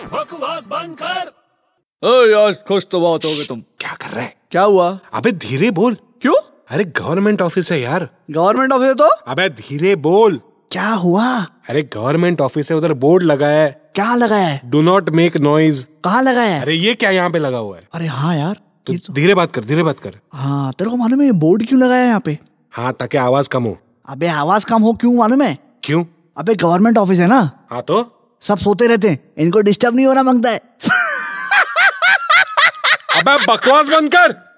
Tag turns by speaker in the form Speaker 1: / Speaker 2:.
Speaker 1: आवाज बंद कर
Speaker 2: ओ यार खुश तो बहुत होगे तुम
Speaker 3: क्या कर रहा है
Speaker 2: क्या हुआ
Speaker 3: अबे धीरे बोल
Speaker 2: क्यों
Speaker 3: अरे गवर्नमेंट ऑफिस है यार
Speaker 2: गवर्नमेंट ऑफिस है तो
Speaker 3: अबे धीरे बोल
Speaker 2: क्या हुआ
Speaker 3: अरे गवर्नमेंट ऑफिस है उधर बोर्ड लगा है
Speaker 2: क्या लगा है
Speaker 3: डू नॉट मेक नॉइज
Speaker 2: कहाँ लगा है
Speaker 3: अरे ये क्या यहाँ पे लगा हुआ है
Speaker 2: अरे हाँ यार
Speaker 3: तो धीरे बात कर धीरे बात कर
Speaker 2: हाँ तेरे को मालूम है ये बोर्ड क्यों लगाया है यहाँ पे
Speaker 3: हाँ ताकि आवाज कम हो
Speaker 2: अबे आवाज कम हो क्यों मालूम है
Speaker 3: क्यों
Speaker 2: अबे गवर्नमेंट ऑफिस है ना
Speaker 3: हाँ तो
Speaker 2: सब सोते रहते हैं इनको डिस्टर्ब नहीं होना मांगता है
Speaker 3: अबे बकवास बंद कर